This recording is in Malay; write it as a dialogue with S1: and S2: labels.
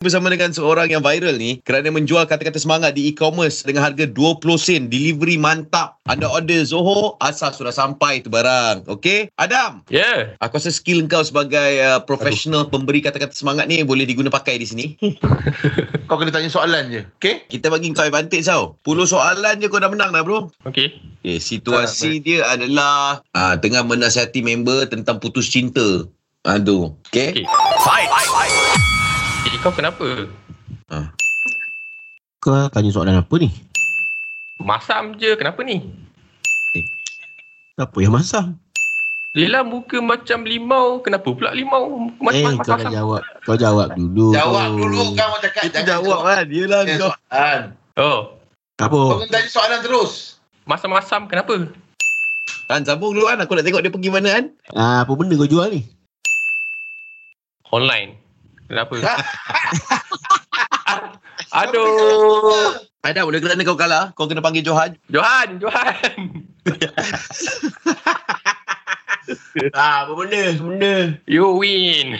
S1: bersama dengan seorang yang viral ni kerana menjual kata-kata semangat di e-commerce dengan harga 20 sen delivery mantap anda order Zoho asal sudah sampai tu barang okey Adam
S2: Yeah.
S1: aku rasa skill kau sebagai uh, profesional pemberi kata-kata semangat ni boleh diguna pakai di sini
S3: Kau kena tanya soalan je. Okay?
S1: kita bagi kau advantage tau 10 soalan je kau dah menang dah bro
S2: Okay.
S1: okay, situasi dia adalah uh, tengah menasihati member tentang putus cinta aduh okey
S2: Okey. Eh, kau kenapa?
S4: Kau tanya soalan apa ni?
S2: Masam je. Kenapa ni?
S4: Apa yang masam?
S2: Lila muka macam limau. Kenapa pula limau? Muka
S4: eh,
S2: macam
S4: kau
S2: masam.
S4: dah jawab. Kau jawab dulu.
S3: Jawab dulu kan orang cakap.
S1: Itu jawab kan Yelah
S3: tanya
S1: kau
S3: soalan.
S2: Oh.
S4: Apa?
S3: Kau kena tanya soalan terus.
S2: Masam-masam kenapa?
S1: Kan sambung dulu kan Aku nak tengok dia pergi mana kan
S4: Ah, apa benda kau jual ni?
S2: Online. Kenapa? Aduh.
S1: Adam boleh kerana kau kalah Kau kena panggil Johan
S2: Johan, Johan.
S4: Ah, apa benda? Benda.
S2: You win.